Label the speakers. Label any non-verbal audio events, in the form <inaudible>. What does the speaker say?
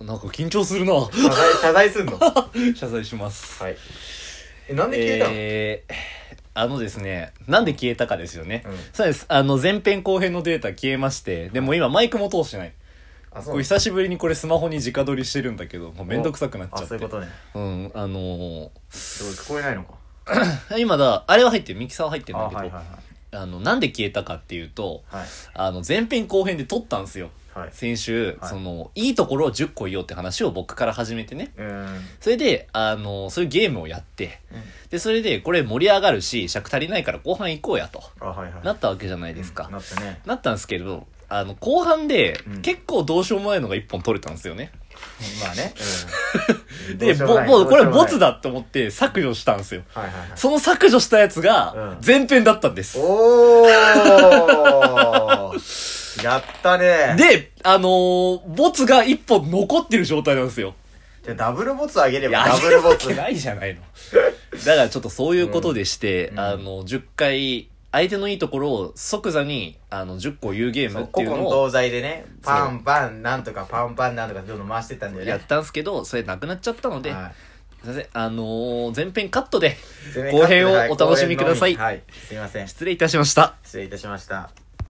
Speaker 1: なんか緊張するな <laughs>
Speaker 2: 謝罪謝罪すんのは
Speaker 1: 謝罪します
Speaker 2: いえなんで消えたの、
Speaker 1: えーあのですねなんで消えたかですよね、
Speaker 2: うん
Speaker 1: そうですあの前編後編のデータ消えましてでもう今マイクも通してない
Speaker 2: あそ
Speaker 1: これ久しぶりにこれスマホに直撮りしてるんだけどもうめんどくさくなっちゃって
Speaker 2: あそういうことね
Speaker 1: うんあの
Speaker 2: すごい聞こえないのか
Speaker 1: ー <laughs> 今だあれは入ってるミキサーは入ってるんだ
Speaker 2: あ
Speaker 1: けどあ、
Speaker 2: はいはいはい
Speaker 1: のなんで消えたかっていうと
Speaker 2: はい
Speaker 1: あの前編後編で撮ったんですよ
Speaker 2: はい
Speaker 1: 先週、
Speaker 2: はい
Speaker 1: そのいいところを10個言おうって話を僕から始めてね
Speaker 2: うーん
Speaker 1: それであのそういうゲームをやってでそれでこれ盛り上がるし尺足りないから後半行こうやと
Speaker 2: あはいはい
Speaker 1: なったわけじゃないですか、
Speaker 2: うんなったね
Speaker 1: なったんですけどあの後半で
Speaker 2: うん
Speaker 1: 結構どうしようもないのが1本取れたんですよね、
Speaker 2: まあ
Speaker 1: <laughs>
Speaker 2: ね、うん
Speaker 1: で
Speaker 2: ど
Speaker 1: ぼ
Speaker 2: しよ
Speaker 1: もうこれボツ
Speaker 2: だ
Speaker 1: だと思って削除したんですよ
Speaker 2: はいはいはい
Speaker 1: その削除したやつが
Speaker 2: うん
Speaker 1: 前編だったんです、 <laughs>
Speaker 2: おーやったね
Speaker 1: で、あのー、ボツが一本残ってる状態なんですよ。
Speaker 2: じゃあダブルボツあげれ
Speaker 1: い
Speaker 2: ば
Speaker 1: や、
Speaker 2: ダ
Speaker 1: あ
Speaker 2: ブ
Speaker 1: げる
Speaker 2: ルボ
Speaker 1: わ
Speaker 2: ツ
Speaker 1: けないじゃないの。だからちょっとそういうことでして、
Speaker 2: うん
Speaker 1: あの、10回、相手のいいところを即座に、あの、10個言うゲームっていう
Speaker 2: 古今
Speaker 1: のを
Speaker 2: 東西でねパンパンなんとかパンパンなんとかどんどん回してったんだよね
Speaker 1: やったんですけど、それなくなっちゃったので、
Speaker 2: はい
Speaker 1: すいません、あのー、前編カットで
Speaker 2: 全面
Speaker 1: 後編を
Speaker 2: カットで
Speaker 1: お
Speaker 2: はい
Speaker 1: 楽しみください
Speaker 2: 後編のみはいすいません
Speaker 1: 失礼いたしました。
Speaker 2: 失礼いたしました